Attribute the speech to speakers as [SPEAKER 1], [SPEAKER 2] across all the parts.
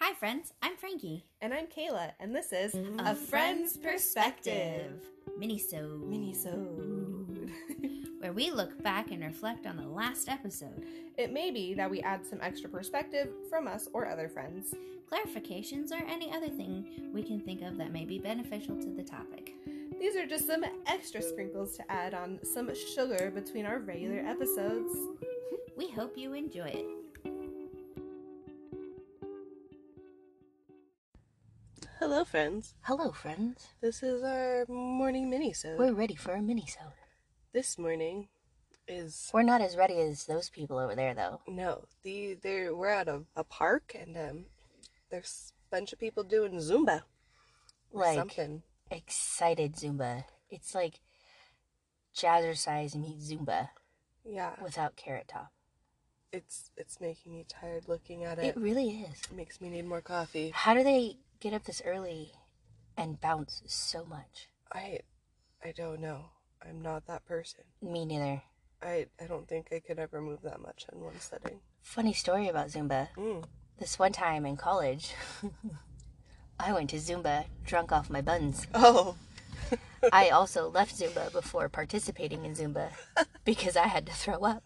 [SPEAKER 1] Hi, friends. I'm Frankie.
[SPEAKER 2] And I'm Kayla, and this is A Friend's Perspective.
[SPEAKER 1] Miniso.
[SPEAKER 2] Minisode.
[SPEAKER 1] Where we look back and reflect on the last episode.
[SPEAKER 2] It may be that we add some extra perspective from us or other friends.
[SPEAKER 1] Clarifications or any other thing we can think of that may be beneficial to the topic.
[SPEAKER 2] These are just some extra sprinkles to add on some sugar between our regular episodes.
[SPEAKER 1] We hope you enjoy it.
[SPEAKER 2] Hello, friends.
[SPEAKER 3] Hello, friends.
[SPEAKER 2] This is our morning minisode.
[SPEAKER 3] We're ready for a minisode.
[SPEAKER 2] This morning is
[SPEAKER 3] We're not as ready as those people over there, though.
[SPEAKER 2] no, the there we're at a, a park, and um, there's a bunch of people doing Zumba or
[SPEAKER 3] Like
[SPEAKER 2] something.
[SPEAKER 3] excited Zumba. It's like jazzercise meets Zumba
[SPEAKER 2] Yeah,
[SPEAKER 3] without carrot top.
[SPEAKER 2] it's it's making me tired looking at
[SPEAKER 3] It
[SPEAKER 2] it.
[SPEAKER 3] really is.
[SPEAKER 2] Makes me need more coffee.
[SPEAKER 3] How do they get up this early and bounce so much?
[SPEAKER 2] I I don't know. I'm not that person.
[SPEAKER 3] Me neither.
[SPEAKER 2] I I don't think I could ever move that much in one sitting.
[SPEAKER 3] Funny story about Zumba.
[SPEAKER 2] Mm.
[SPEAKER 3] This one time in college, I went to Zumba drunk off my buns.
[SPEAKER 2] Oh,
[SPEAKER 3] I also left Zumba before participating in Zumba because I had to throw up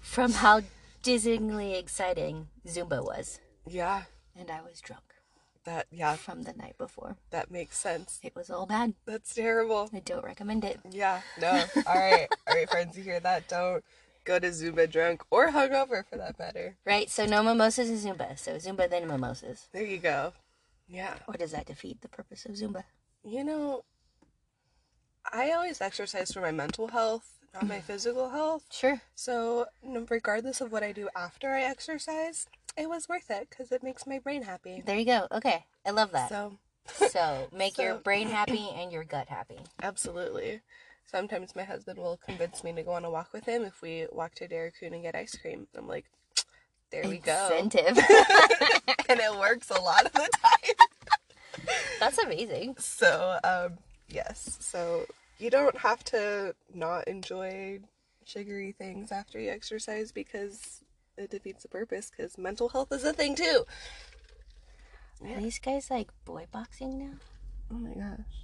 [SPEAKER 3] from how dizzyingly exciting Zumba was.
[SPEAKER 2] yeah.
[SPEAKER 3] And I was drunk
[SPEAKER 2] That yeah,
[SPEAKER 3] from the night before.
[SPEAKER 2] that makes sense.
[SPEAKER 3] It was all bad.
[SPEAKER 2] That's terrible.
[SPEAKER 3] I don't recommend it.
[SPEAKER 2] Yeah. No. All right. All right, friends, you hear that? Don't go to Zumba drunk or hungover for that matter.
[SPEAKER 3] Right? So, no mimosas and Zumba. So, Zumba, then mimosas.
[SPEAKER 2] There you go. Yeah.
[SPEAKER 3] Or does that defeat the purpose of Zumba?
[SPEAKER 2] You know, I always exercise for my mental health, not my physical health.
[SPEAKER 3] Sure.
[SPEAKER 2] So, n- regardless of what I do after I exercise, it was worth it because it makes my brain happy.
[SPEAKER 3] There you go. Okay. I love that. So,
[SPEAKER 2] So,
[SPEAKER 3] make your
[SPEAKER 2] So-
[SPEAKER 3] brain happy and your gut happy.
[SPEAKER 2] absolutely. Sometimes my husband will convince me to go on a walk with him if we walk to Dairy Queen and get ice cream. I'm like, there we go.
[SPEAKER 3] Incentive.
[SPEAKER 2] and it works a lot of the time.
[SPEAKER 3] That's amazing.
[SPEAKER 2] So, um, yes. So, you don't have to not enjoy sugary things after you exercise because it defeats the purpose because mental health is a thing too.
[SPEAKER 3] Are these guys like boy boxing now?
[SPEAKER 2] Oh my gosh.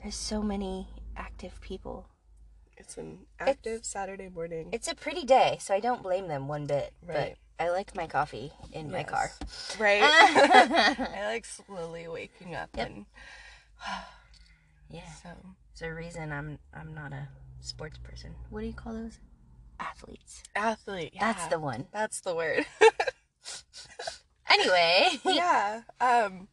[SPEAKER 3] There's so many active people.
[SPEAKER 2] It's an active Saturday morning.
[SPEAKER 3] It's a pretty day, so I don't blame them one bit.
[SPEAKER 2] Right.
[SPEAKER 3] But I like my coffee in my car.
[SPEAKER 2] Right. I like slowly waking up
[SPEAKER 3] Yep.
[SPEAKER 2] and
[SPEAKER 3] Yeah.
[SPEAKER 2] so
[SPEAKER 3] There's a reason I'm I'm not a sports person. What do you call those? Athletes.
[SPEAKER 2] athlete.
[SPEAKER 3] That's
[SPEAKER 2] yeah.
[SPEAKER 3] the one.
[SPEAKER 2] that's the word.
[SPEAKER 3] Anyway,
[SPEAKER 2] yeah. Um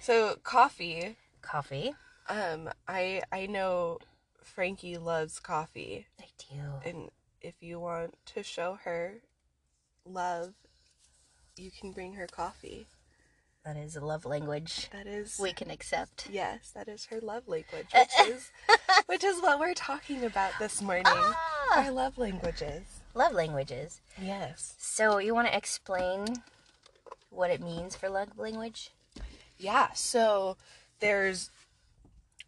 [SPEAKER 2] so coffee.
[SPEAKER 3] coffee.
[SPEAKER 2] Um I I know Frankie loves coffee
[SPEAKER 3] I do.
[SPEAKER 2] and if you want to show her love you can bring her coffee.
[SPEAKER 3] That is a love language
[SPEAKER 2] That is
[SPEAKER 3] we can accept.
[SPEAKER 2] yes, that is her love language, which is which is what we're talking about this morning.
[SPEAKER 3] Ah,
[SPEAKER 2] Our love languages.
[SPEAKER 3] love languages.
[SPEAKER 2] Yes.
[SPEAKER 3] So you want to explain what it means for love language?
[SPEAKER 2] Yeah, so there's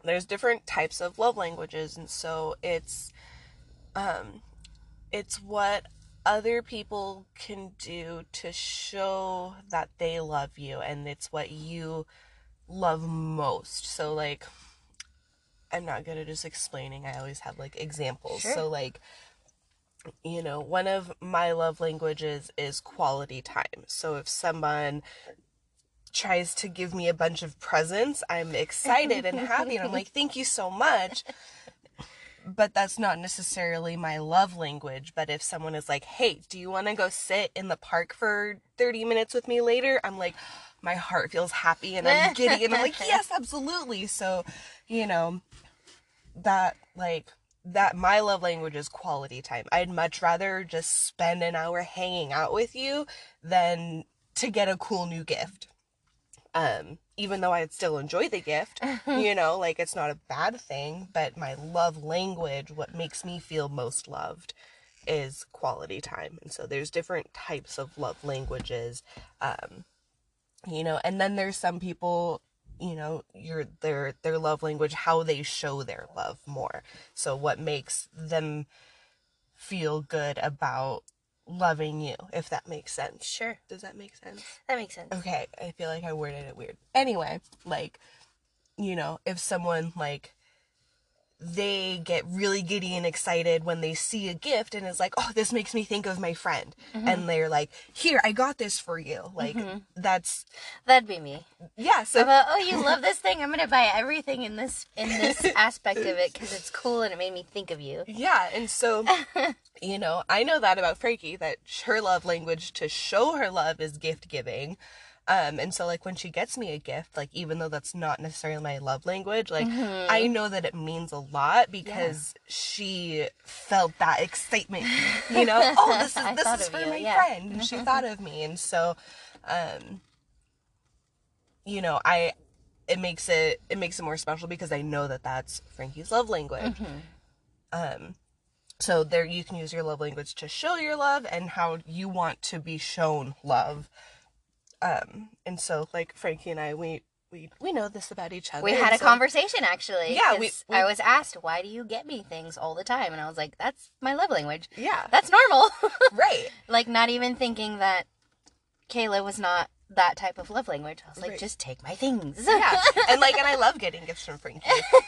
[SPEAKER 2] there's different types of love languages and so it's um it's what other people can do to show that they love you and it's what you love most. So like I'm not good at just explaining. I always have like examples.
[SPEAKER 3] Sure.
[SPEAKER 2] So like you know, one of my love languages is quality time. So if someone tries to give me a bunch of presents, I'm excited and happy and I'm like, "Thank you so much." But that's not necessarily my love language. But if someone is like, hey, do you want to go sit in the park for 30 minutes with me later? I'm like, my heart feels happy and I'm giddy. And I'm like, yes, absolutely. So, you know, that like that my love language is quality time. I'd much rather just spend an hour hanging out with you than to get a cool new gift. Um even though I'd still enjoy the gift, you know, like it's not a bad thing, but my love language, what makes me feel most loved is quality time. And so there's different types of love languages. Um you know, and then there's some people you know your their their love language how they show their love more so what makes them feel good about loving you, if that makes sense.
[SPEAKER 3] Sure.
[SPEAKER 2] Does that make sense?
[SPEAKER 3] That makes sense.
[SPEAKER 2] Okay, I feel like I worded it weird. Anyway, like, you know, if someone, like, they get really giddy and excited when they see a gift and is like, oh, this makes me think of my friend. And they're like, here, I got this for you. Like, that's,
[SPEAKER 3] That'd be me.
[SPEAKER 2] yeah, so
[SPEAKER 3] I'm a, oh, you love this thing. I'm gonna buy everything in this in this aspect of it because it's cool and it made me think of you.
[SPEAKER 2] Yeah, and so, you know, I know that about Frankie that sh- her love language to show her love is gift giving. Um, and so, like, when she gets me a gift, like, even though that's not necessarily my love language, like,
[SPEAKER 3] Mm-hmm.
[SPEAKER 2] I know that it means a lot because she felt that excitement, you know? oh, this
[SPEAKER 3] I
[SPEAKER 2] is, this
[SPEAKER 3] thought
[SPEAKER 2] is
[SPEAKER 3] of
[SPEAKER 2] for
[SPEAKER 3] you,
[SPEAKER 2] my
[SPEAKER 3] yeah. Mm-hmm.
[SPEAKER 2] friend. And she thought of me. And so, um, you know, I, it makes it, it makes it more special because I know that that's Frankie's love language.
[SPEAKER 3] Mm-hmm.
[SPEAKER 2] Um, so there you can use your love language to show your love and how you want to be shown love. Um, and so like Frankie and I, we we we know this about each other.
[SPEAKER 3] We
[SPEAKER 2] and
[SPEAKER 3] had a
[SPEAKER 2] so-
[SPEAKER 3] conversation actually.
[SPEAKER 2] Yeah, we-
[SPEAKER 3] 'cause
[SPEAKER 2] we-
[SPEAKER 3] I was asked, "Why do you get me things all the time?" And I was like, "That's my love language.
[SPEAKER 2] Yeah,
[SPEAKER 3] That's normal."
[SPEAKER 2] right.
[SPEAKER 3] like not even thinking that Kayla was not that type of love language. I was like,
[SPEAKER 2] Right.
[SPEAKER 3] "Just take my things."
[SPEAKER 2] Yeah, and like, and I love getting gifts from Frankie,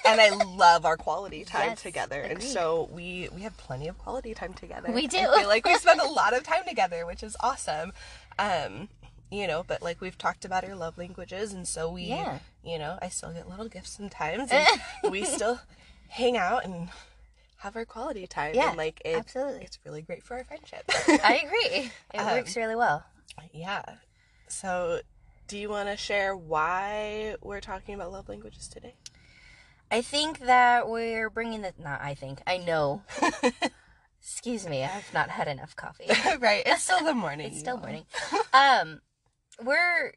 [SPEAKER 2] and I love our quality time
[SPEAKER 3] Yes,
[SPEAKER 2] together. And
[SPEAKER 3] agreed.
[SPEAKER 2] so we we have plenty of quality time together.
[SPEAKER 3] We do.
[SPEAKER 2] I feel like we spend a lot of time together, which is awesome. Um, you know, but like we've talked about our love languages, and so we,
[SPEAKER 3] Yeah.
[SPEAKER 2] you know, I still get little gifts sometimes, and we still hang out and have our quality time.
[SPEAKER 3] Yeah,
[SPEAKER 2] and like it,
[SPEAKER 3] absolutely.
[SPEAKER 2] it's really great for our friendship.
[SPEAKER 3] I agree. It works really well.
[SPEAKER 2] yeah. So, do you want to share why we're talking about love languages today?
[SPEAKER 3] I think that we're bringing the not. I think I know. Excuse me, I've not had enough coffee.
[SPEAKER 2] right. It's still the morning.
[SPEAKER 3] It's
[SPEAKER 2] you
[SPEAKER 3] still
[SPEAKER 2] all.
[SPEAKER 3] morning. Um, we're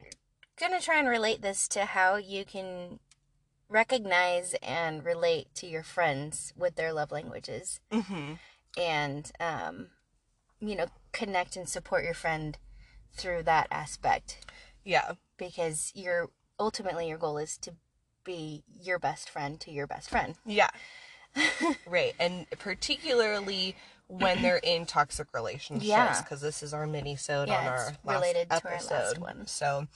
[SPEAKER 3] gonna try and relate this to how you can recognize and relate to your friends with their love languages, Mm-hmm.
[SPEAKER 2] Mhm.
[SPEAKER 3] and um, you know, connect and support your friend through that aspect
[SPEAKER 2] Yeah.
[SPEAKER 3] because your ultimately your goal is to be your best friend to your best friend.
[SPEAKER 2] Yeah. right. And particularly when they're in toxic relationships,
[SPEAKER 3] Yeah.
[SPEAKER 2] because this is our mini sode
[SPEAKER 3] Yeah,
[SPEAKER 2] on our
[SPEAKER 3] it's
[SPEAKER 2] last
[SPEAKER 3] related to our
[SPEAKER 2] episode.
[SPEAKER 3] last one.
[SPEAKER 2] So,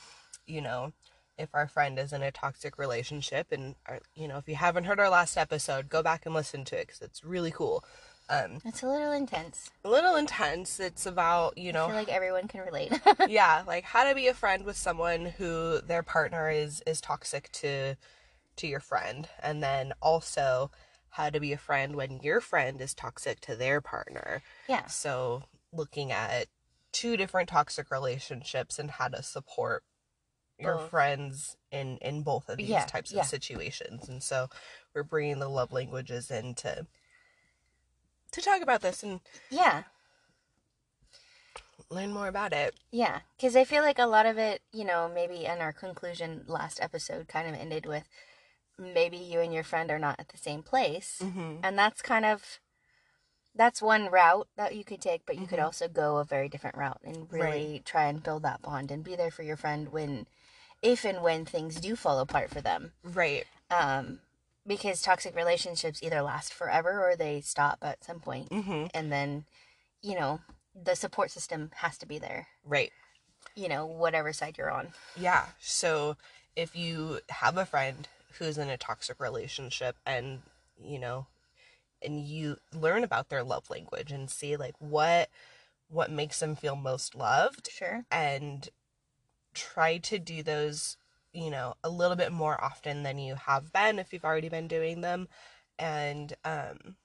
[SPEAKER 2] you know, if our friend is in a toxic relationship, and our, you know, if you haven't heard our last episode, go back and listen to it because it's really cool. Um,
[SPEAKER 3] It's a little intense.
[SPEAKER 2] a little intense. It's about you
[SPEAKER 3] I
[SPEAKER 2] know
[SPEAKER 3] feel like everyone can relate.
[SPEAKER 2] yeah like how to be a friend with someone who their partner is is toxic to to your friend and then also how to be a friend when your friend is toxic to their partner
[SPEAKER 3] yeah.
[SPEAKER 2] so looking at two different toxic relationships and how to support your
[SPEAKER 3] Both.
[SPEAKER 2] friends in in both of these
[SPEAKER 3] Yeah,
[SPEAKER 2] types
[SPEAKER 3] yeah.
[SPEAKER 2] of situations and so we're bringing the love languages in to to talk about this and
[SPEAKER 3] Yeah.
[SPEAKER 2] learn more about it
[SPEAKER 3] Yeah, because I feel like a lot of it, you know, maybe in our conclusion last episode kind of ended with maybe you and your friend are not at the same place.
[SPEAKER 2] mm-hmm.
[SPEAKER 3] And that's kind of that's one route that you could take, but you could also go a very different route and really try and build that bond and be there for your friend when if and when things do fall apart for them.
[SPEAKER 2] right
[SPEAKER 3] Um because toxic relationships either last forever or they stop at some point.
[SPEAKER 2] mm-hmm.
[SPEAKER 3] And then, you know, the support system has to be there
[SPEAKER 2] right
[SPEAKER 3] you know, whatever side you're on.
[SPEAKER 2] Yeah. So if you have a friend who's in a toxic relationship and, you know, and you learn about their love language and see like what what makes them feel most loved
[SPEAKER 3] Sure.
[SPEAKER 2] and try to do those, you know, a little bit more often than you have been if you've already been doing them and um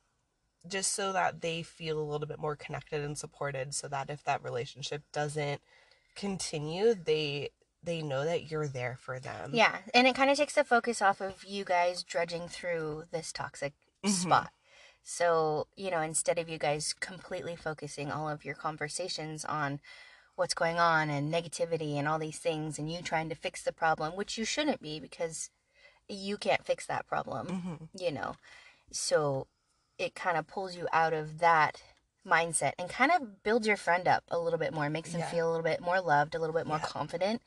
[SPEAKER 2] just so that they feel a little bit more connected and supported so that if that relationship doesn't continue, they they know that you're there for them.
[SPEAKER 3] Yeah. And it kind of takes the focus off of you guys drudging through this toxic
[SPEAKER 2] Mhm.
[SPEAKER 3] spot. So, you know, instead of you guys completely focusing all of your conversations on what's going on and negativity and all these things and you trying to fix the problem, which you shouldn't be because you can't fix that problem,
[SPEAKER 2] Mhm.
[SPEAKER 3] you know. So it kind of pulls you out of that mindset and kind of builds your friend up a little bit more, makes them
[SPEAKER 2] Yeah.
[SPEAKER 3] feel a little bit more loved, a little bit more
[SPEAKER 2] Yeah.
[SPEAKER 3] confident,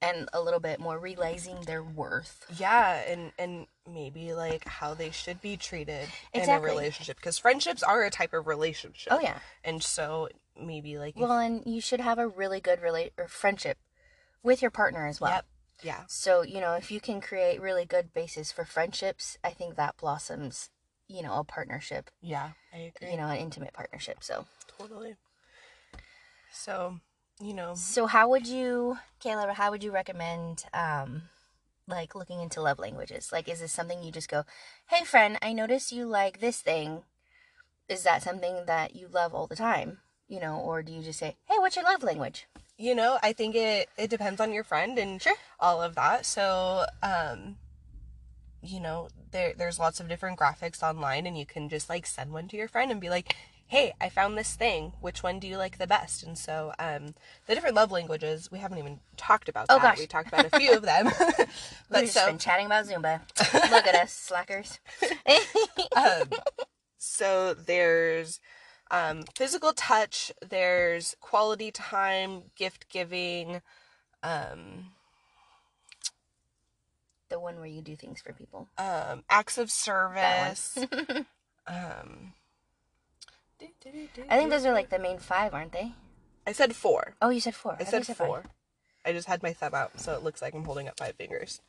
[SPEAKER 3] and a little bit more realizing their worth.
[SPEAKER 2] Yeah, and and maybe like how they should be treated in a
[SPEAKER 3] Exactly.
[SPEAKER 2] relationship because friendships are a type of relationship.
[SPEAKER 3] Oh, yeah.
[SPEAKER 2] And so maybe like if-
[SPEAKER 3] Well, and you should have a really good relate or friendship with your partner as well.
[SPEAKER 2] Yep. yeah
[SPEAKER 3] So, you know, if you can create really good basis for friendships, I think that blossoms, you know, a partnership,
[SPEAKER 2] yeah i agree
[SPEAKER 3] you know, an intimate partnership. So,
[SPEAKER 2] totally so you know
[SPEAKER 3] so how would you, Kayla, how would you recommend, um, like looking into love languages? Like, is this something you just go, hey, friend, I notice you like this thing. Is that something that you love all the time? You know, or do you just say, hey, what's your love language?
[SPEAKER 2] you know i think it it depends on your friend and
[SPEAKER 3] Sure.
[SPEAKER 2] all of that so um you know there there's lots of different graphics online and you can just like send one to your friend and be like hey i found this thing which one do you like the best and so um the different love languages we haven't even talked about
[SPEAKER 3] Oh,
[SPEAKER 2] that
[SPEAKER 3] gosh.
[SPEAKER 2] we talked about a few of them
[SPEAKER 3] We've
[SPEAKER 2] but
[SPEAKER 3] just
[SPEAKER 2] so
[SPEAKER 3] been chatting about Zumba. Look at us, slackers.
[SPEAKER 2] um, so there's um, physical touch, there's quality time, gift giving. Um,
[SPEAKER 3] the one where you do things for people.
[SPEAKER 2] um, acts of
[SPEAKER 3] That
[SPEAKER 2] service.
[SPEAKER 3] one.
[SPEAKER 2] um,
[SPEAKER 3] I think those are like the main five, aren't they?
[SPEAKER 2] I said four.
[SPEAKER 3] Oh, you said four.
[SPEAKER 2] I
[SPEAKER 3] thought you
[SPEAKER 2] said
[SPEAKER 3] five.
[SPEAKER 2] four. I just had my thumb out, so it looks like I'm holding up five fingers.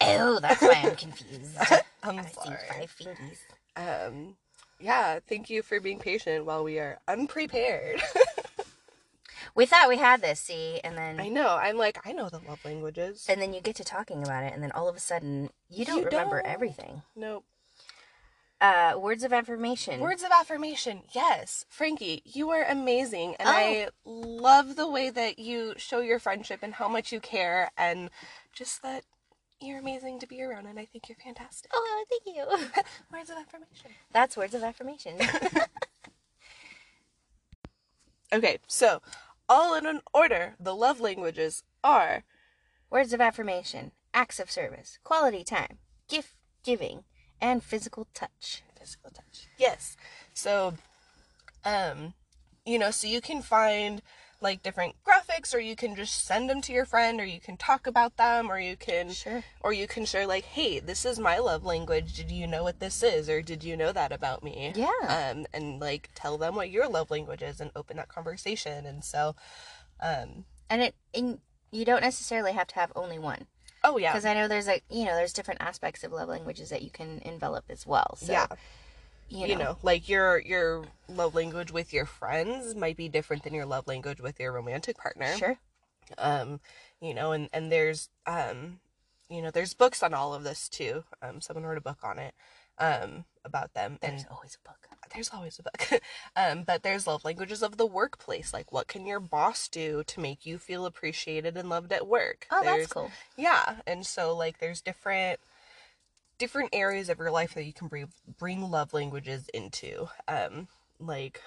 [SPEAKER 3] Oh, that's why I'm confused.
[SPEAKER 2] I'm
[SPEAKER 3] I see
[SPEAKER 2] sorry.
[SPEAKER 3] five fingers.
[SPEAKER 2] Um, yeah, thank you for being patient while we are unprepared.
[SPEAKER 3] We thought we had this, see, and then
[SPEAKER 2] I know. I'm like, I know the love languages.
[SPEAKER 3] and then you get to talking about it, and then all of a sudden you don't
[SPEAKER 2] You
[SPEAKER 3] remember
[SPEAKER 2] don't.
[SPEAKER 3] everything.
[SPEAKER 2] Nope.
[SPEAKER 3] Uh, words of affirmation.
[SPEAKER 2] Words of affirmation. Yes, Frankie, you are amazing. And I love the way that you show your friendship and how much you care, and just that you're amazing to be around. And I think you're fantastic.
[SPEAKER 3] Oh, thank you.
[SPEAKER 2] Words of affirmation.
[SPEAKER 3] that's words of affirmation.
[SPEAKER 2] Okay, so all in an order, the love languages are
[SPEAKER 3] words of affirmation, acts of service, quality time, gift giving, and physical touch.
[SPEAKER 2] physical touch. Yes. So, um, you know, so you can find like different graphics, or you can just send them to your friend, or you can talk about them, or you can
[SPEAKER 3] Sure.
[SPEAKER 2] or you can share like hey this is my love language did you know what this is or did you know that about me
[SPEAKER 3] Yeah.
[SPEAKER 2] um and like tell them what your love language is and open that conversation and so um
[SPEAKER 3] And it and you don't necessarily have to have only one.
[SPEAKER 2] oh yeah
[SPEAKER 3] because I know there's like you know there's different aspects of love languages that you can envelop as well. So,
[SPEAKER 2] yeah
[SPEAKER 3] you
[SPEAKER 2] you
[SPEAKER 3] know,
[SPEAKER 2] know. like your your love language with your friends might be different than your love language with your romantic partner
[SPEAKER 3] sure,
[SPEAKER 2] um you know and and there's um you know there's books on all of this too um someone wrote a book on it um about them and
[SPEAKER 3] there's always a book.
[SPEAKER 2] there's always a book. um, but there's love languages of the workplace. Like, what can your boss do to make you feel appreciated and loved at work?
[SPEAKER 3] Oh,
[SPEAKER 2] there's,
[SPEAKER 3] that's cool.
[SPEAKER 2] Yeah, and so like, there's different different areas of your life that you can bring bring love languages into. Um, like.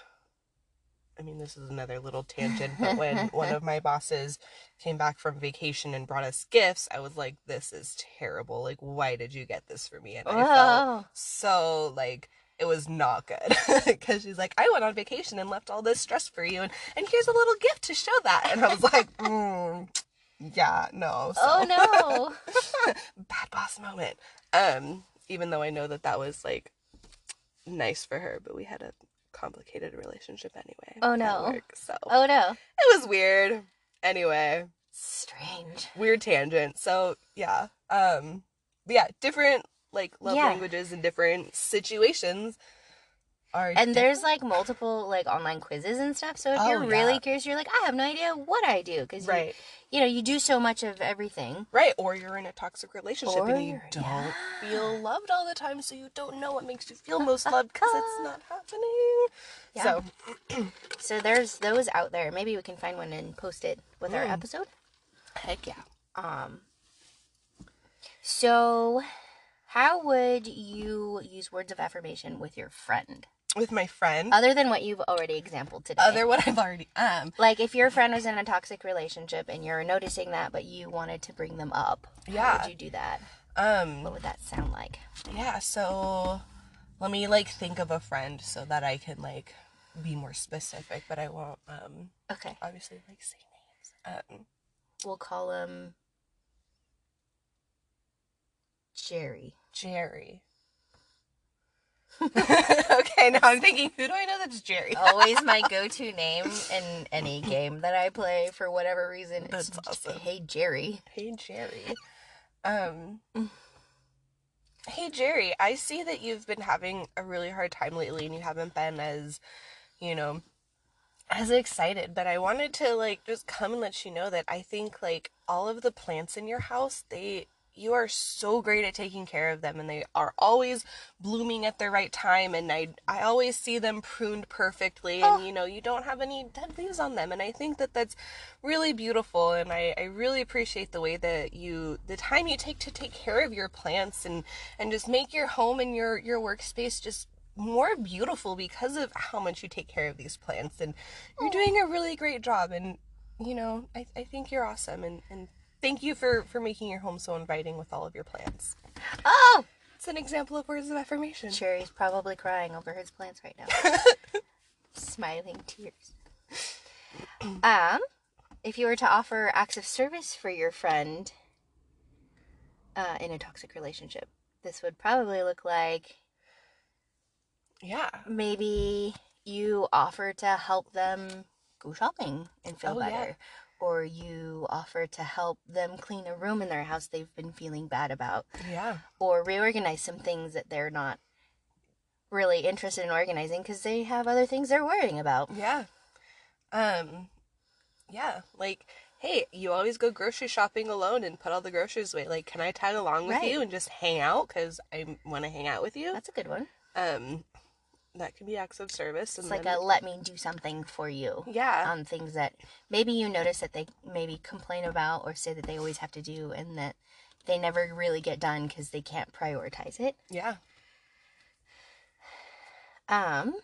[SPEAKER 2] I mean, this is another little tangent, but when one of my bosses came back from vacation and brought us gifts, I was like, "This is terrible! Like, why did you get this for me?" And I felt
[SPEAKER 3] Oh,
[SPEAKER 2] so like it was not good because she's like i went on vacation and left all this stress for you and, and here's a little gift to show that and i was like mm, yeah no so
[SPEAKER 3] oh no.
[SPEAKER 2] bad boss moment um even though i know that that was like nice for her but we had a complicated relationship anyway
[SPEAKER 3] Oh,
[SPEAKER 2] at
[SPEAKER 3] no.
[SPEAKER 2] work, so
[SPEAKER 3] Oh no.
[SPEAKER 2] it was weird anyway
[SPEAKER 3] Strange.
[SPEAKER 2] weird tangent. So yeah, um, but yeah, different like love
[SPEAKER 3] Yeah.
[SPEAKER 2] languages and different situations are.
[SPEAKER 3] And there's like multiple like online quizzes and stuff. So if
[SPEAKER 2] Oh,
[SPEAKER 3] you're really
[SPEAKER 2] yeah.
[SPEAKER 3] curious, you're like, I have no idea what I do because
[SPEAKER 2] right,
[SPEAKER 3] you, you know you do so much of everything.
[SPEAKER 2] right, or you're in a toxic relationship
[SPEAKER 3] Or
[SPEAKER 2] and you
[SPEAKER 3] you're-
[SPEAKER 2] don't
[SPEAKER 3] yeah.
[SPEAKER 2] feel loved all the time, so you don't know what makes you feel most loved because it's not happening.
[SPEAKER 3] Yeah.
[SPEAKER 2] So
[SPEAKER 3] So there's those out there. Maybe we can find one and post it with our
[SPEAKER 2] Mm.
[SPEAKER 3] episode.
[SPEAKER 2] heck yeah.
[SPEAKER 3] Um, so, how would you use words of affirmation with your friend,
[SPEAKER 2] With my friend,
[SPEAKER 3] other than what you've already exampled today?
[SPEAKER 2] other what I've already um,
[SPEAKER 3] like, if your friend was in a toxic relationship and you're noticing that, but you wanted to bring them up, how
[SPEAKER 2] Yeah.
[SPEAKER 3] would you do that?
[SPEAKER 2] um,
[SPEAKER 3] What would that sound like?
[SPEAKER 2] yeah. So let me like think of a friend so that I can like be more specific, but I won't um
[SPEAKER 3] Okay,
[SPEAKER 2] obviously like say names. Um,
[SPEAKER 3] we'll call him Jerry.
[SPEAKER 2] Jerry. okay, now I'm thinking, who do I know that's Jerry?
[SPEAKER 3] Always my go-to name in any game that I play for whatever reason. It's
[SPEAKER 2] That's
[SPEAKER 3] just,
[SPEAKER 2] awesome.
[SPEAKER 3] Hey Jerry.
[SPEAKER 2] Hey Jerry. Um Hey Jerry, I see that you've been having a really hard time lately and you haven't been as, you know, as excited, but I wanted to like just come and let you know that I think like all of the plants in your house, they you are so great at taking care of them and they are always blooming at the right time and I I always see them pruned perfectly and you know you don't have any dead leaves on them and I think that that's really beautiful and I, I really appreciate the way that you the time you take to take care of your plants and and just make your home and your your workspace just more beautiful because of how much you take care of these plants and
[SPEAKER 3] Oh.
[SPEAKER 2] you're doing a really great job and you know I, I think you're awesome and and thank you for for making your home so inviting with all of your plants
[SPEAKER 3] Oh,
[SPEAKER 2] it's an example of words of affirmation.
[SPEAKER 3] Jerry's probably crying over his plants right now. Smiling tears. Um, if you were to offer acts of service for your friend uh, in a toxic relationship, this would probably look like
[SPEAKER 2] Yeah.
[SPEAKER 3] maybe you offer to help them go shopping and feel
[SPEAKER 2] Oh, yeah.
[SPEAKER 3] better. Or you offer to help them clean a room in their house they've been feeling bad about
[SPEAKER 2] Yeah.
[SPEAKER 3] or reorganize some things that they're not really interested in organizing because they have other things they're worrying about.
[SPEAKER 2] Yeah. Um yeah, like hey, you always go grocery shopping alone and put all the groceries away. Like, can I tag along with
[SPEAKER 3] Right.
[SPEAKER 2] you and just hang out cuz I want to hang out with you?
[SPEAKER 3] That's a good one.
[SPEAKER 2] Um that can be acts of service and
[SPEAKER 3] It's like
[SPEAKER 2] then-
[SPEAKER 3] a um, let me do something for you
[SPEAKER 2] yeah.
[SPEAKER 3] on things that maybe you notice that they maybe complain about or say that they always have to do and that they never really get done because they can't prioritize it.
[SPEAKER 2] yeah.
[SPEAKER 3] Um,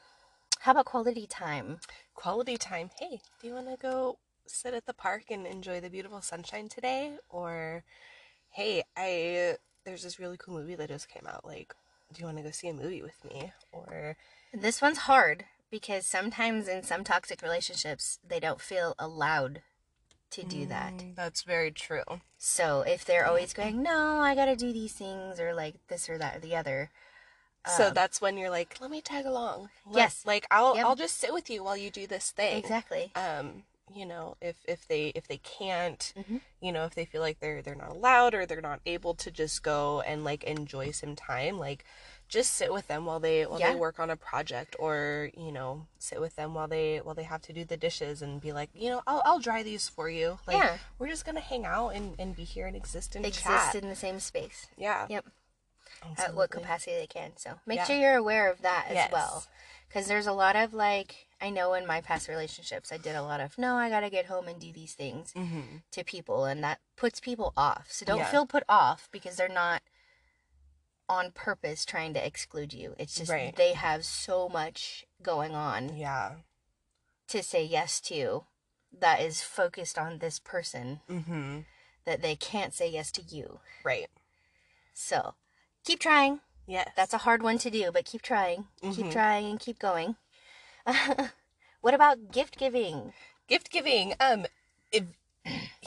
[SPEAKER 3] how about quality time?
[SPEAKER 2] Quality time. Hey, do you want to go sit at the park and enjoy the beautiful sunshine today or hey, I there's this really cool movie that just came out. Like, do you want to go see a movie with me or
[SPEAKER 3] This one's hard because sometimes in some toxic relationships they don't feel allowed to do that.
[SPEAKER 2] Mm, That's very true.
[SPEAKER 3] So if they're always going, no, I gotta do these things or like this or that or the other.
[SPEAKER 2] so
[SPEAKER 3] um,
[SPEAKER 2] that's when you're like, let me tag along. Let-
[SPEAKER 3] Yes.
[SPEAKER 2] Like I'll
[SPEAKER 3] Yep.
[SPEAKER 2] I'll just sit with you while you do this thing.
[SPEAKER 3] exactly.
[SPEAKER 2] Um, you know, if if they if they can't,
[SPEAKER 3] Mhm.
[SPEAKER 2] you know, if they feel like they're they're not allowed or they're not able to just go and like enjoy some time, like just sit with them while they while
[SPEAKER 3] Yeah.
[SPEAKER 2] they work on a project or, you know, sit with them while they while they have to do the dishes and be like, you know, I'll I'll dry these for you. Like
[SPEAKER 3] Yeah.
[SPEAKER 2] we're just gonna hang out and, and be here and exist and
[SPEAKER 3] Exist
[SPEAKER 2] chat.
[SPEAKER 3] in the same space.
[SPEAKER 2] yeah.
[SPEAKER 3] Yep. At what
[SPEAKER 2] Absolutely.
[SPEAKER 3] capacity they can. So make
[SPEAKER 2] Yeah.
[SPEAKER 3] sure you're aware of that as
[SPEAKER 2] Yes.
[SPEAKER 3] well. Because there's a lot of like, I know in my past relationships, I did a lot of, no, I gotta get home and do these things
[SPEAKER 2] Mhm.
[SPEAKER 3] to people. And that puts people off. So don't
[SPEAKER 2] Yeah.
[SPEAKER 3] feel put off because they're not on purpose trying to exclude you. It's just
[SPEAKER 2] Right.
[SPEAKER 3] they have so much going on
[SPEAKER 2] Yeah.
[SPEAKER 3] to say yes to that is focused on this person
[SPEAKER 2] Mm-hmm.
[SPEAKER 3] that they can't say yes to you.
[SPEAKER 2] Right.
[SPEAKER 3] So keep trying.
[SPEAKER 2] Yes.
[SPEAKER 3] That's a hard one to do, but keep trying. Keep
[SPEAKER 2] Mhm.
[SPEAKER 3] trying and keep going. what about gift giving?
[SPEAKER 2] gift giving. Um, if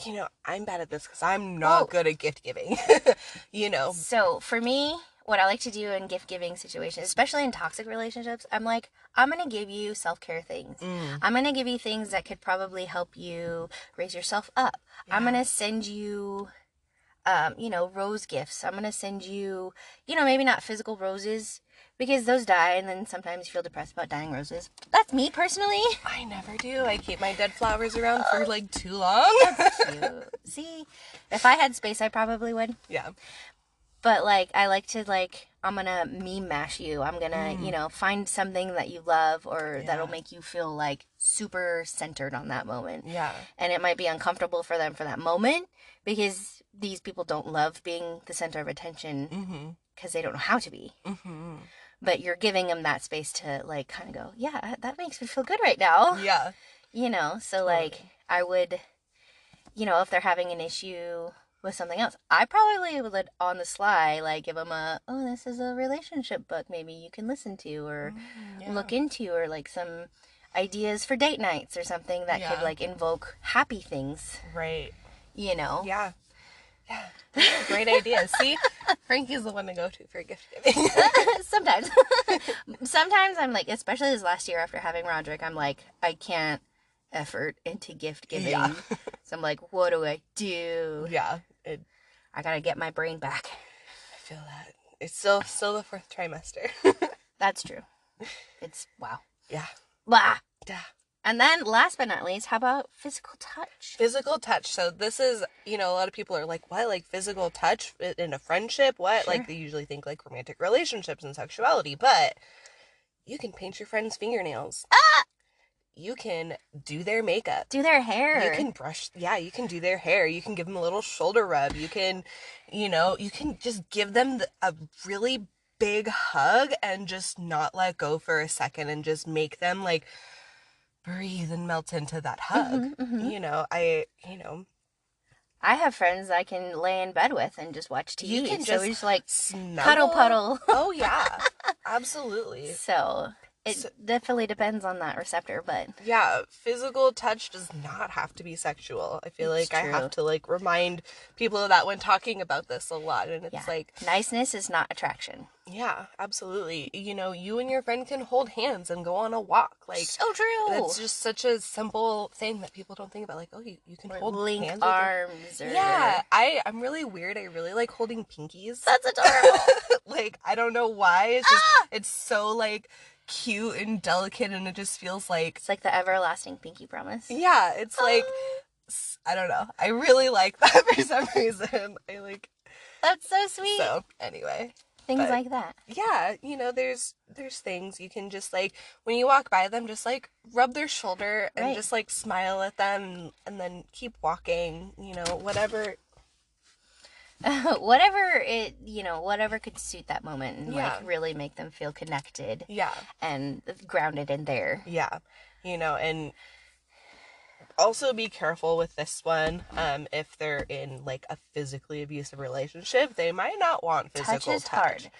[SPEAKER 2] you know, I'm bad at this because I'm not
[SPEAKER 3] Oh.
[SPEAKER 2] good at gift giving. you know.
[SPEAKER 3] So for me, what I like to do in gift giving situations, especially in toxic relationships, I'm like, I'm gonna give you self care things. I'm gonna give you things that could probably help you raise yourself up. I'm
[SPEAKER 2] Yeah.
[SPEAKER 3] gonna send you, um, you know, rose gifts. I'm gonna send you, you know, maybe not physical roses because those die, and then sometimes you feel depressed about dying roses. That's me personally.
[SPEAKER 2] I never do. I keep my dead flowers around for like too long.
[SPEAKER 3] Cute. See, if I had space, I probably would.
[SPEAKER 2] yeah.
[SPEAKER 3] But like, I like to like, I'm gonna meme mash you. I'm gonna, you know, find something that you love or that'll
[SPEAKER 2] Mm. Yeah.
[SPEAKER 3] make you feel like super centered on that moment.
[SPEAKER 2] Yeah.
[SPEAKER 3] and it might be uncomfortable for them for that moment because these people don't love being the center of attention
[SPEAKER 2] Mhm.
[SPEAKER 3] because they don't know how to be.
[SPEAKER 2] Mhm.
[SPEAKER 3] But you're giving them that space to like kind of go, yeah, that makes me feel good right now.
[SPEAKER 2] Yeah.
[SPEAKER 3] You know, so like I would, you know, if they're having an issue with something else, I probably would like, on the sly like give them a, oh, this is a relationship book maybe you can listen to or
[SPEAKER 2] Mm, Yeah.
[SPEAKER 3] look into or like some ideas for date nights or something that
[SPEAKER 2] Yeah.
[SPEAKER 3] could like invoke happy things
[SPEAKER 2] Right.
[SPEAKER 3] you know
[SPEAKER 2] Yeah. Yeah. Great idea. See, Frankie's the one to go to for gift giving.
[SPEAKER 3] Sometimes. Sometimes I'm like, especially this last year after having Roderick, I'm like, I can't effort into gift giving.
[SPEAKER 2] Yeah.
[SPEAKER 3] So I'm like, what do I do?
[SPEAKER 2] yeah. It,
[SPEAKER 3] I gotta get my brain back.
[SPEAKER 2] I feel that. It's still still the fourth trimester.
[SPEAKER 3] That's true. It's wow.
[SPEAKER 2] yeah.
[SPEAKER 3] Blah.
[SPEAKER 2] Yeah.
[SPEAKER 3] And then last but not least, how about physical touch?
[SPEAKER 2] Physical touch. So this is, you know, a lot of people are like, what? Like physical touch i- in a friendship? What? Like they usually think like romantic relationships and sexuality, but you can paint your friend's fingernails. Ah! You can do their makeup.
[SPEAKER 3] Do their hair.
[SPEAKER 2] You can brush, yeah, you can do their hair. You can give them a little shoulder rub. You can, you know, you can just give them the, a really big hug and just not let go for a second and just make them like breathe and melt into that hug.
[SPEAKER 3] Mhm, mhm.
[SPEAKER 2] You know, I, you know,
[SPEAKER 3] I have friends I can lay in bed with and just watch TV.
[SPEAKER 2] You can
[SPEAKER 3] so
[SPEAKER 2] just
[SPEAKER 3] we just like cuddle
[SPEAKER 2] snuggle.
[SPEAKER 3] puddle.
[SPEAKER 2] Oh, yeah, absolutely.
[SPEAKER 3] So it
[SPEAKER 2] So-
[SPEAKER 3] definitely depends on that receptor, but
[SPEAKER 2] Yeah, physical touch does not have to be sexual. I feel
[SPEAKER 3] It's
[SPEAKER 2] like I
[SPEAKER 3] true.
[SPEAKER 2] have to like remind people of that when talking about this a lot. And it's
[SPEAKER 3] yeah.
[SPEAKER 2] like,
[SPEAKER 3] niceness is not attraction.
[SPEAKER 2] Yeah, absolutely. You know, you and your friend can hold hands and go on a walk. Like
[SPEAKER 3] so true.
[SPEAKER 2] that's just such a simple thing that people don't think about. Like, oh, you, you can
[SPEAKER 3] Or
[SPEAKER 2] hold
[SPEAKER 3] link
[SPEAKER 2] hands. with your-
[SPEAKER 3] arms or
[SPEAKER 2] yeah, I I'm really weird. I really like holding pinkies.
[SPEAKER 3] That's adorable.
[SPEAKER 2] like I don't know why. It's just
[SPEAKER 3] Ah!
[SPEAKER 2] it's so like cute and delicate, and it just feels like
[SPEAKER 3] it's like the everlasting pinky promise.
[SPEAKER 2] yeah, it's like
[SPEAKER 3] Ah!
[SPEAKER 2] s- I don't know. I really like that for some reason. I like
[SPEAKER 3] That's so sweet.
[SPEAKER 2] so anyway.
[SPEAKER 3] Things
[SPEAKER 2] but-
[SPEAKER 3] like that.
[SPEAKER 2] yeah you know there's there's things you can just like when you walk by them just like rub their shoulder and
[SPEAKER 3] Right.
[SPEAKER 2] just like smile at them and then keep walking you know whatever
[SPEAKER 3] whatever it, you know, whatever could suit that moment and
[SPEAKER 2] Yeah.
[SPEAKER 3] like really make them feel connected
[SPEAKER 2] yeah
[SPEAKER 3] and grounded in there.
[SPEAKER 2] yeah you know and also be careful with this one um if they're in like a physically abusive relationship they might not want
[SPEAKER 3] Touch
[SPEAKER 2] physical
[SPEAKER 3] is hard.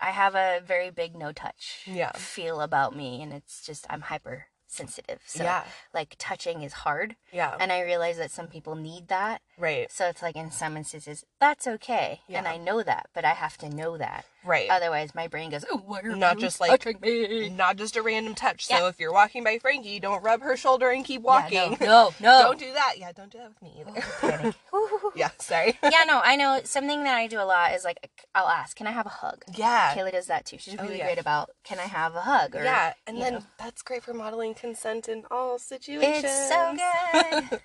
[SPEAKER 3] I have a very big no touch
[SPEAKER 2] Yeah.
[SPEAKER 3] feel about me and it's just I'm hypersensitive. So
[SPEAKER 2] Yeah. Oh.
[SPEAKER 3] like touching is hard.
[SPEAKER 2] yeah
[SPEAKER 3] And I realize that some people need that.
[SPEAKER 2] right
[SPEAKER 3] So it's like in some instances, that's okay. And
[SPEAKER 2] Yeah.
[SPEAKER 3] I know that, but I have to know that.
[SPEAKER 2] right
[SPEAKER 3] Otherwise, my brain goes, oh, why are
[SPEAKER 2] Not
[SPEAKER 3] you
[SPEAKER 2] just like-
[SPEAKER 3] touching me?
[SPEAKER 2] not just a random touch
[SPEAKER 3] Yeah.
[SPEAKER 2] so if you're walking by frankie don't rub her shoulder and keep
[SPEAKER 3] Yeah,
[SPEAKER 2] walking
[SPEAKER 3] no, no, no.
[SPEAKER 2] Don't do that. Yeah, don't do that with me either. yeah, sorry.
[SPEAKER 3] yeah, no, I know something that I do a lot is like, I'll ask, can I have a hug?
[SPEAKER 2] Yeah. Oh,
[SPEAKER 3] Kayla does that too. She's really
[SPEAKER 2] yeah.
[SPEAKER 3] great about, can I have a hug? Or,
[SPEAKER 2] yeah, and
[SPEAKER 3] you
[SPEAKER 2] then
[SPEAKER 3] know.
[SPEAKER 2] that's great for modeling consent in all situations.
[SPEAKER 3] it's so good.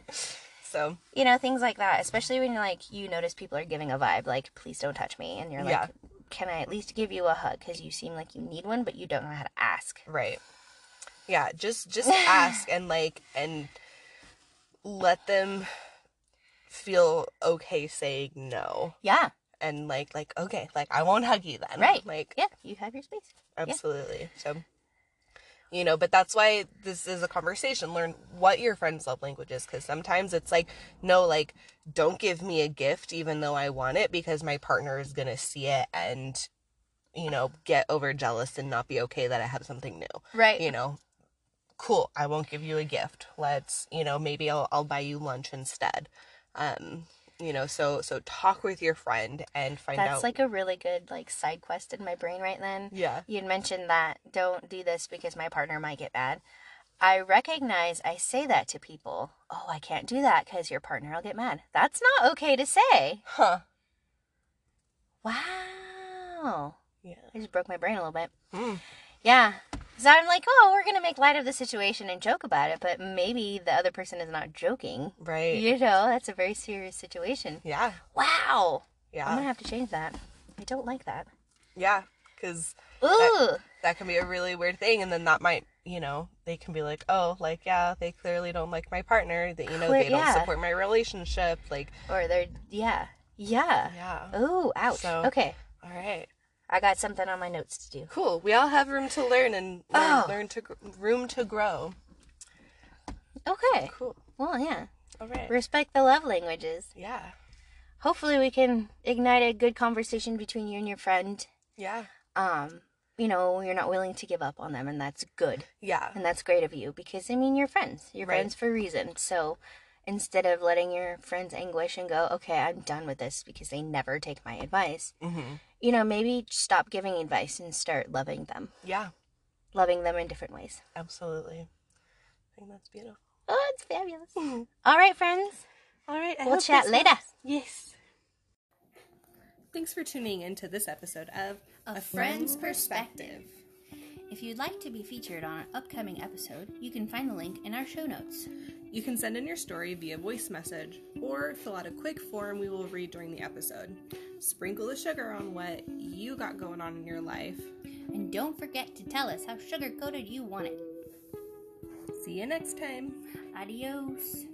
[SPEAKER 2] So,
[SPEAKER 3] you know, things like that, especially when like you notice people are giving a vibe, like, please don't touch me. And you're like,
[SPEAKER 2] Yeah.
[SPEAKER 3] can I at least give you a hug? Because you seem like you need one, but you don't know how to ask.
[SPEAKER 2] right. Yeah, just just ask and like and let them feel okay saying no
[SPEAKER 3] Yeah,
[SPEAKER 2] and like like okay, like I won't hug you then.
[SPEAKER 3] right.
[SPEAKER 2] Like
[SPEAKER 3] yeah, you have your space.
[SPEAKER 2] Absolutely. So, you know, but that's why this is a conversation. Learn what your friend's love language is because sometimes it's like, no, like, don't give me a gift even though I want it because my partner is going to see it and, you know, get over jealous and not be okay that I have something new.
[SPEAKER 3] Right.
[SPEAKER 2] You know, cool, I won't give you a gift. Let's, you know, maybe I'll, I'll buy you lunch instead. Um, you know, so so talk with your friend and find
[SPEAKER 3] That's
[SPEAKER 2] out.
[SPEAKER 3] like a really good like side quest in my brain right then.
[SPEAKER 2] yeah,
[SPEAKER 3] You'd mentioned that don't do this because my partner might get mad. I recognize I say that to people. Oh, I can't do that because your partner will get mad. That's not okay to say.
[SPEAKER 2] huh?
[SPEAKER 3] Wow.
[SPEAKER 2] Yeah.
[SPEAKER 3] I just broke my brain a little bit.
[SPEAKER 2] Hmm.
[SPEAKER 3] Yeah. So I'm like, oh, we're going to make light of the situation and joke about it, but maybe the other person is not joking.
[SPEAKER 2] Right.
[SPEAKER 3] You know, that's a very serious situation.
[SPEAKER 2] Yeah.
[SPEAKER 3] Wow. I'm
[SPEAKER 2] Yeah.
[SPEAKER 3] going to have to change that. I don't like that. Uh,
[SPEAKER 2] Yeah. Because
[SPEAKER 3] Ooh.
[SPEAKER 2] that can be a really weird thing. And then that might, you know, they can be like, oh, like, yeah, they clearly don't like my partner. That, you know,
[SPEAKER 3] Clear-
[SPEAKER 2] they don't
[SPEAKER 3] yeah.
[SPEAKER 2] support my relationship. Like,
[SPEAKER 3] Or they're yeah. Yeah.
[SPEAKER 2] yeah.
[SPEAKER 3] Ooh, ouch.
[SPEAKER 2] So-
[SPEAKER 3] Okay.
[SPEAKER 2] All right.
[SPEAKER 3] I got something on my notes to do.
[SPEAKER 2] Cool. We all have room to learn and learn,
[SPEAKER 3] Oh.
[SPEAKER 2] learn to, gr- room to grow.
[SPEAKER 3] Okay.
[SPEAKER 2] Cool.
[SPEAKER 3] Well, yeah.
[SPEAKER 2] All right.
[SPEAKER 3] Respect the love languages.
[SPEAKER 2] Yeah.
[SPEAKER 3] Hopefully we can ignite a good conversation between you and your friend.
[SPEAKER 2] Yeah.
[SPEAKER 3] Um, you know, you're not willing to give up on them and that's good.
[SPEAKER 2] Yeah.
[SPEAKER 3] And that's great of you because I mean, you're friends. You're
[SPEAKER 2] Right.
[SPEAKER 3] friends for a reason. So instead of letting your friends anguish and go, okay, I'm done with this because they never take my advice,
[SPEAKER 4] Mm-hmm.
[SPEAKER 3] you know, maybe stop giving advice and start loving them,
[SPEAKER 4] Yeah,
[SPEAKER 3] loving them in different ways.
[SPEAKER 4] absolutely. I think that's beautiful.
[SPEAKER 3] Oh, it's fabulous. All right, friends.
[SPEAKER 2] All right. I
[SPEAKER 3] We'll
[SPEAKER 2] hope
[SPEAKER 3] chat
[SPEAKER 2] this-
[SPEAKER 3] later.
[SPEAKER 2] Yes. Thanks for tuning into this episode of
[SPEAKER 5] A Friend's Perspective. If you'd like to be featured on an upcoming episode, you can find the link in our show notes.
[SPEAKER 2] You can send in your story via voice message or fill out a quick form we will read during the episode. Sprinkle the sugar on what you got going on in your life.
[SPEAKER 5] And don't forget to tell us how sugar coated you want it.
[SPEAKER 2] See you next time.
[SPEAKER 5] Adios.